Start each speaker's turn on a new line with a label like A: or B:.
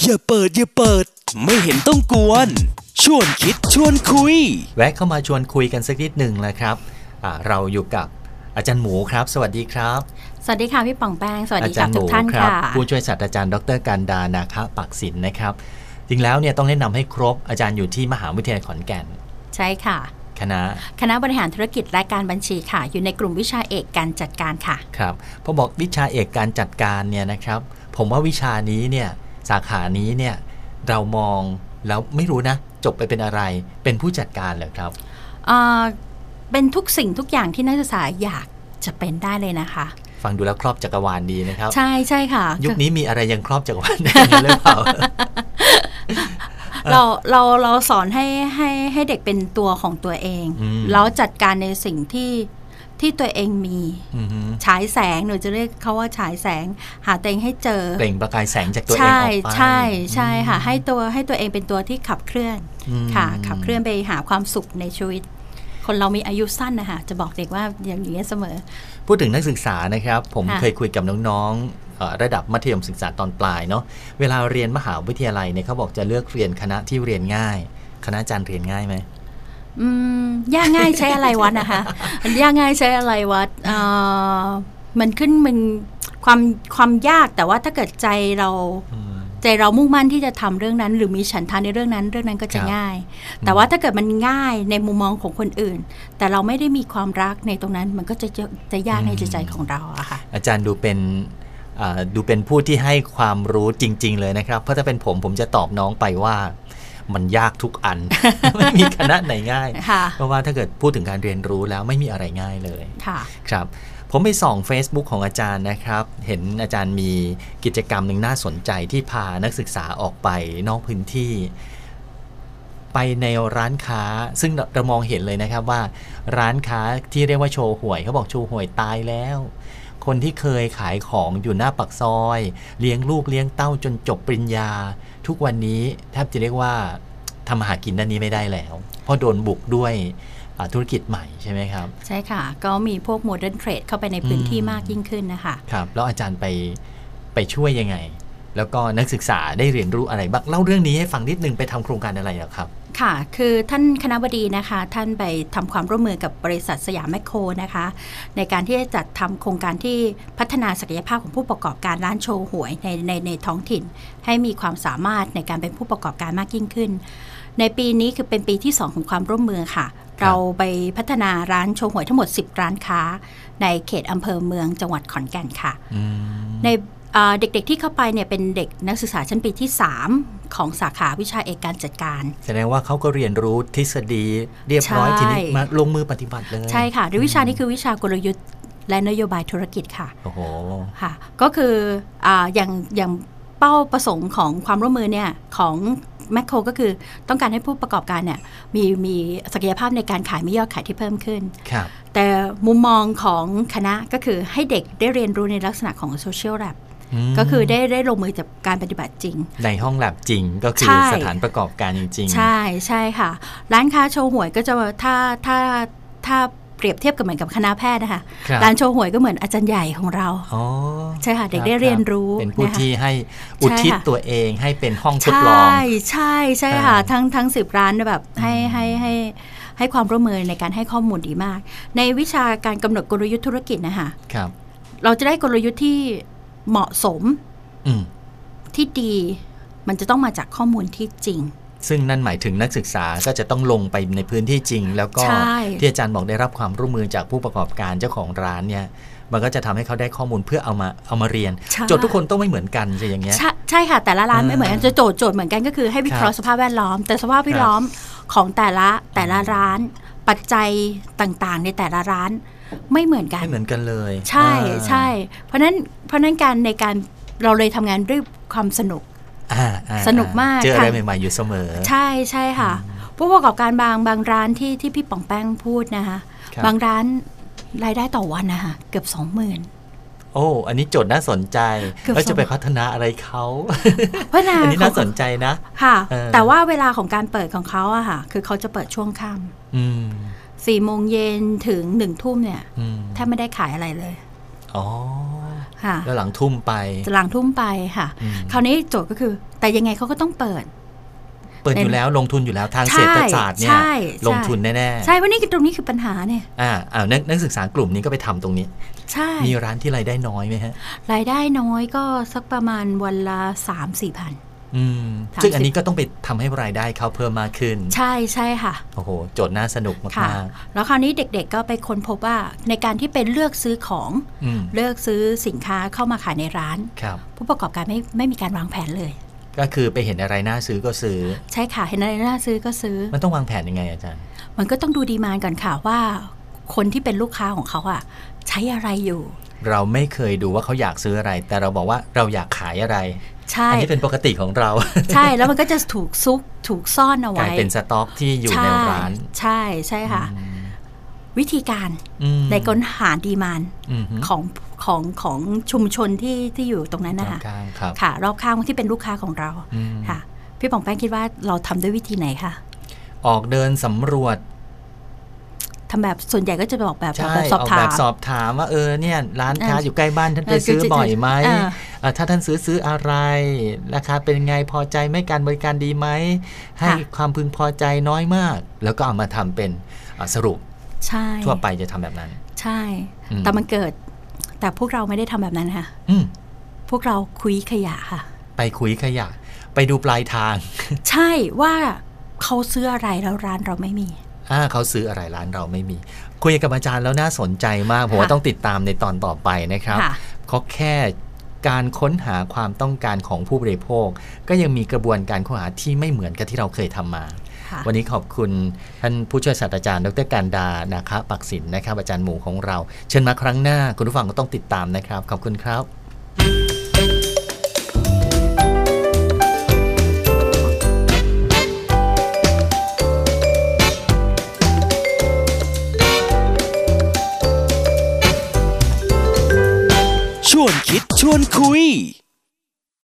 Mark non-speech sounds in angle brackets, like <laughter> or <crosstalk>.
A: อย่าเปิดอย่าเปิด ไม่เห็นต้องกวน ชวนคิดชวนคุย
B: แวะเข้ามาชวนคุยกันสักนิดหนึ่งนะครับอ่าเราอยู่กับอาจารย์หมูครับ สวัสดีครับ
C: สวัสดีค่ะพี่ป่องแป้ง สวัส
B: อา
C: ดี
B: จา
C: กั
B: ร
C: บ
B: ย์ห
C: ทุ
B: มู
C: กท่าน
B: ครั
C: ค่ะ
B: ผู้ช่วยศาสตราจารย์ดรการดานาคะปักศิลป์นะครับ จริงแล้วเนี่ยต้องแนะนำให้ครบอาจารย์อยู่ที่มหาวิทยาลัยขอนแก่น
C: ใช่ค่ะ
B: คณะ
C: คณะบริหารธุรกิจและการบัญชีค่ะ อยู่ในกลุ่มวิชาเอกการจัดการค่ะ
B: ครับพอบอกวิชาเอกการจัดการเนี่ยนะครับ ผมว่าวิชานี้เนี่ยสาขานี้เนี่ยเรามองแล้วไม่รู้นะ จบไปเป็นอะไรเป็นผู้จัดการเหรอครับ
C: เอ่อเป็นทุกสิ่งทุกอย่างที่นักศึกษาอยากจะเป็นได้เลยนะคะ
B: ฟังดูแล้วครอบจักรวาลดีนะครับ
C: ใช่ใช่ค่ะ
B: ยุคนี้มีอะไรยังครอบจักรวาลได้อยู่หรือเปล่า
C: เราเราเราสอนให้ให้ให้เด็กเป็นตัวของตัวเอง
B: อืม
C: แล้วจัดการในสิ่งที่ที่ตัวเองมี
B: อือฮึ
C: ฉายแสงหนูจะเรียกเขาว่าฉายแสง หาตัวเองให้เจอ
B: เปล่งประกายแสงจากตัวเองอ
C: ใช่
B: อกไป
C: ใช่ใช่ค่ะ ให้ตัวให้ตัวเองเป็นตัวที่ขับเคลื่อน
B: อืม
C: ค่ะขับเคลื่อนไปหาความสุขในชีวิต คนเรามีอายุสั้นนะคะจะบอกเด็กว่าอย่างนี้ยเสมอ
B: พูดถึงนักศึกษานะครับ ผม
C: ค่ะ
B: เคยคุยกับน้องๆเอ่อระดับมัธยมศึกษาตอนปลายเนาะเวลาเรียนมหาวิทยาลัยเนี่ยเขาบอกจะเลือกเรียนคณะที่เรียนง่าย คณะอาจารย์เรียนง่ายไหม
C: อืมยากง่ายใช้อะไรวัดนะคะ <laughs> ยากง่ายใช้อะไรวัดเอ่อมันขึ้นมันความความยากแต่ว่าถ้าเกิดใจเราใจเรามุ่งมั่นที่จะทำเรื่องนั้น หรือมีฉันทานในเรื่องนั้น เรื่องนั้นก็
B: ค
C: จะ
B: รับ
C: ง่าย แต่ว่าถ้าเกิดมันง่ายในมุมมองของคนอื่น แต่เราไม่ได้มีความรักในตรงนั้น มันก็จะจะจะยากในจิตใจของเราอะค่ะ
B: อาจารย์ดูเป็นเอ่อดูเป็นผู้ที่ให้ความรู้จริง ๆ เลยนะครับ เพราะถ้าเป็นผมผมจะตอบน้องไปว่า มันยากทุกอัน <laughs> ไม่มีคณะไหนง่าย
C: ค่ะ
B: เพราะว่าถ้าเกิดพูดถึงการเรียนรู้แล้วไม่มีอะไรง่ายเลย
C: ค่ะ
B: ครับ ผมไปส่อง Facebook ของอาจารย์นะครับ เห็นอาจารย์มีกิจกรรมหนึ่งน่าสนใจที่พานักศึกษาออกไปนอกพื้นที่ ไปในร้านค้า ซึ่งเรามองเห็นเลยนะครับว่า ร้านค้าที่เรียกว่าโชว์หวยเขาบอกโชว์หวยตายแล้ว คนที่เคยขายของอยู่หน้าปักซอย เลี้ยงลูกเลี้ยงเต้าจนจบปริญญา ทุกวันนี้แทบจะเรียกว่าทำมาหากินด้านนี้ไม่ได้แล้ว เพราะโดนบุกด้วยอ่าธุรกิจใหม่ใช่ไหมครับ
C: ใช่ค่ะ ก็มีพวกโมเดิร์นเทรดเข้าไปในพื้นที่
B: อืม
C: มากยิ่งขึ้นนะคะ
B: ครับแล้วอาจารย์ไปไปช่วยยังไง แล้วก็นักศึกษาได้เรียนรู้อะไรบ้างเล่าเรื่องนี้ให้ฟังนิดนึงไปทำโครงการอะไรเหรอครับ
C: ค่ะ คือท่านคณะบดีนะคะ ท่านไปทำความร่วมมือกับบริษัทสยามแมคโครนะคะ ในการที่จะจัดทำโครงการที่พัฒนาศักยภาพของผู้ประกอบการร้านโชว์หวยในในในท้องถิ่น ให้มีความสามารถในการเป็นผู้ประกอบการมากยิ่งขึ้น ในปีนี้คือเป็นปีที่ 2 ของความร่วมมือค่ะ
B: ครับ
C: เราไปพัฒนาร้านโชว์หวยทั้งหมด 10 ร้านค้า ในเขตอำเภอเมืองจังหวัดขอนแก่นค่ะ
B: อืม
C: ในเอ่อเด็กๆที่เข้าไปเนี่ยเป็นเด็กนักศึกษาชั้นปีที่ 3 ของสาขาวิชาเอกการจัดการ
B: แสดงว่าเขาก็เรียนรู้ทฤษฎีเรียบร้อย
C: ใช่
B: ทีนี้มาลงมือปฏิบัติเลย
C: ใช่ค่ะโดยวิชานี้คือวิชากลยุทธ์และนโยบายธุรกิจค่ะ
B: โอ้โห
C: ค่ะ ก็คืออาอย่างอย่างเป้าประสงค์ของความร่วมมือเนี่ยของแมคโครก็คือต้องการให้ผู้ประกอบการเนี่ยมีมีศักยภาพในการขายมียอดขายที่เพิ่มขึ้น
B: ครับ
C: แต่มุมมองของคณะก็คือให้เด็กได้เรียนรู้ในลักษณะของโซเชียลแ a บก็คือได้ได้ลงมือจากบการปฏิบัติจริง
B: ในห้องแลบจริงก็คื
C: ใช่
B: อสถานประกอบการจริงๆ
C: ใช่ใช่ค่ะ ร้านค้าโชว์หวยก็จะถ้าถ้าถ้าเปรียบเทียบกับเหมือนกับคณะแพทย์นะคะ
B: ครับ
C: นโชว์หวยก็เหมือนอาจารย์ใหญ่ของเรา
B: อ๋อ
C: ใช่ค่ะ เด็ก
B: คบ
C: ได้เรียนรู้
B: เป็นผู้
C: นะคะ
B: ที่ให้อุทิศ
C: ใช่ค่ะ
B: ตัวเองให้เป็นห้องทดลอง
C: ใช่ใช่ใช่ค่ะ
B: อ่า
C: ทั้งทั้งสิบร้านแบบให้ให้ให้ให้ความร่วมมือในการให้ข้อมูลดีมาก ในวิชาการกำหนดกลยุทธ์ธุรกิจนะคะ
B: ครับ
C: เราจะได้กลยุทธ์ที่เหมาะสม
B: อืม
C: ที่ดี มันจะต้องมาจากข้อมูลที่จริง
B: ซึ่งนั่นหมายถึงนักศึกษาก็จะต้องลงไปในพื้นที่จริง แล้วก็
C: ใช่
B: ที่อาจารย์บอกได้รับความร่วมมือจากผู้ประกอบการเจ้าของร้านเนี่ย มันก็จะทำให้เขาได้ข้อมูลเพื่อเอามาเอามาเรียน
C: ใช่
B: โจทย์ทุกคนต้องไม่เหมือนกันใช่อย่างเงี้ย
C: ใช่ใช่ค่ะ แต่ละร้าน
B: อ่า
C: ไม่เหมือนกันจะโจทย์โจทย์เหมือนกันก็คือให้วิเคราะห์สภาพแวดล้อม แต่สภาพแว
B: ครั
C: ด
B: บ
C: ล้อมของแต่ละแต่ละร้าน ปัจจัยต่างๆ ในแต่ละร้านไม่เหมือนกัน
B: ไม่เหมือนกันเลย
C: ใช่
B: อ่า
C: ใช่ เพราะนั้นเพราะนั้นการในการเราเลยทำงานด้วยความสนุก
B: อ่าอ่า
C: สนุกมาก
B: เจออะไร
C: ค่ะ
B: ใหม่ๆอยู่เสมอ
C: ใช่ใช่ค่ะ ผู้ประกอบการบางบางร้านที่ที่พี่ป๋องแป้งพูดนะคะ
B: ครับ
C: บางร้านรายได้ต่อวันนะคะเกือบสองหมื่น
B: โอ้ อันนี้โจทย์น่าสนใจ
C: เกือบ
B: แล้วจะไป
C: สอง
B: พัฒนาอะไรเขา
C: เพราะนา
B: อันนี้น่าสนใจนะ
C: ค่ะ
B: เออ
C: แต่ว่าเวลาของการเปิดของเขาอะค่ะคือเขาจะเปิดช่วงค่
B: อืม
C: ำสี่โมงเย็นถึงหนึ่งทุ่มเนี่ย
B: อืม
C: แทบไม่ได้ขายอะไรเลย
B: อ๋อ
C: ค่ะ
B: แล้วหลังทุ่มไป
C: หลังทุ่มไปค่ะ
B: อืม
C: คราวนี้โจทย์ก็คือ แต่ยังไงเขาก็ต้องเปิด
B: เปิดอยู่แล้วลงทุนอยู่แล้วทาง
C: ใช่
B: เศรษฐศาสตร์เนี่
C: ใช่
B: ย
C: ใช่
B: ลงทุนแน่ๆ
C: ใช่เพราะนี่คือตรงนี้คือปัญหาเนี่ย
B: อ่าอ่านักนักศึกษากลุ่มนี้ก็ไปทำตรงนี้
C: ใช่
B: มีร้านที่รายได้น้อยไหมฮะ
C: รายได้น้อยก็สักประมาณวันละ3 4มสี่พัน
B: อืม
C: สามสิบ
B: ซึ่งอันนี้ก็ต้องไปทำให้รายได้เขาเพิ่มมากขึ้น
C: ใช่ใช่ค่ะ
B: โอ้โห โจทย์น่าสนุกม
C: ค่ะ
B: าก
C: แล้วคราวนี้เด็กๆก็ไปค้นพบว่าในการที่เป็นเลือกซื้อของ
B: ๆอืม
C: เลือกซื้อสินค้าเข้ามาขายในร้าน
B: ครับ
C: ผู้ประกอบการไม่ไม่มีการวางแผนเลย
B: ก็คือไปเห็นอะไรน่าซื้อก็ซื้อ
C: ใช่ค่ะเห็นอะไรน่าซื้อก็ซื้อ
B: มันต้องวางแผนยังไงอาจารย์
C: มันก็ต้องดูดีมานด์ก่อนค่ะว่า คนที่เป็นลูกค้าของเขาอะใช้อะไรอยู่
B: เราไม่เคยดูว่าเขาอยากซื้ออะไร แต่เราบอกว่าเราอยากขายอะไร
C: ใช่
B: อันี้เป็นปกติของเรา
C: ใช่แล้วมันก็จะถูกซุกถูกซ่อนเอา
B: ก
C: ไว้
B: ลายเป็นสต็อกที่อยู่ในร้าน
C: ใช่ใช่ค่ะ
B: อืม
C: วิธีการ
B: อืม
C: ในค้นหาดีมานด์
B: อืมฮึ
C: ของของของชุมชนที่ที่อยู่ตรงนั้นนะคะ
B: ข้างๆครับ
C: ค่ะรอบข้างที่เป็นลูกค้าของเรา
B: อืม
C: ค่ะ พี่ปองแป้งคิดว่าเราทำด้วยวิธีไหนคะ
B: ออกเดินสำรวจ
C: ทำแบบส่วนใหญ่ก็จะบอกแบบ
B: ใช่
C: แบบสอบ
B: ออก
C: ถา
B: แบ
C: ม
B: บสอบถามว่าเออเนี่ยร้านค้า
C: เออ
B: อ
C: อยู่
B: ใกล้บ้านท่านไป
C: เออ
B: ซื้อบ่อยไหม
C: เออ
B: เอ่อถ้าท่านซื้อซื้ออะไร ราคาเป็นไงพอใจไหม่การบริการดีไหมให้ความพึงพอใจน้อยมาก แล้วก็เอามาทำเป็นอ่ะสรุป
C: ใช่
B: ทั่วไปจะทำแบบนั้น
C: ใช่
B: อืม
C: แต่มันเกิด แต่พวกเราไม่ได้ทำแบบนั้นค่ะ
B: อืม
C: พวกเราคุยขยะค่ะ
B: ไปคุยขยะ ไปดูปลายทาง <laughs>
C: ใช่ว่าเขาซื้ออะไรแล้วร้านเราไม่มี
B: อ่าเขาซื้ออะไรร้านเราไม่มี คุยกับอาจารย์แล้วน่าสนใจมาก ผมว่า
C: ค่ะ
B: ต้องติดตามในตอนต่อไปนะครับ
C: ค่ะ
B: เขาแค่การค้นหาความต้องการของผู้บริโภค ก็ยังมีกระบวนการค้นหาที่ไม่เหมือนกับที่เราเคยทำมา
C: ค่ะ
B: วันนี้ขอบคุณท่านผู้ช่วยศาสตราจารย์ ดรการดานะคะปักศิลป์นะครับอาจารย์หมูของเรา เชิญมาครั้งหน้าคุณผู้ฟังก็ต้องติดตามนะครับ ขอบคุณครับ
A: ชวนคิดชวนคุย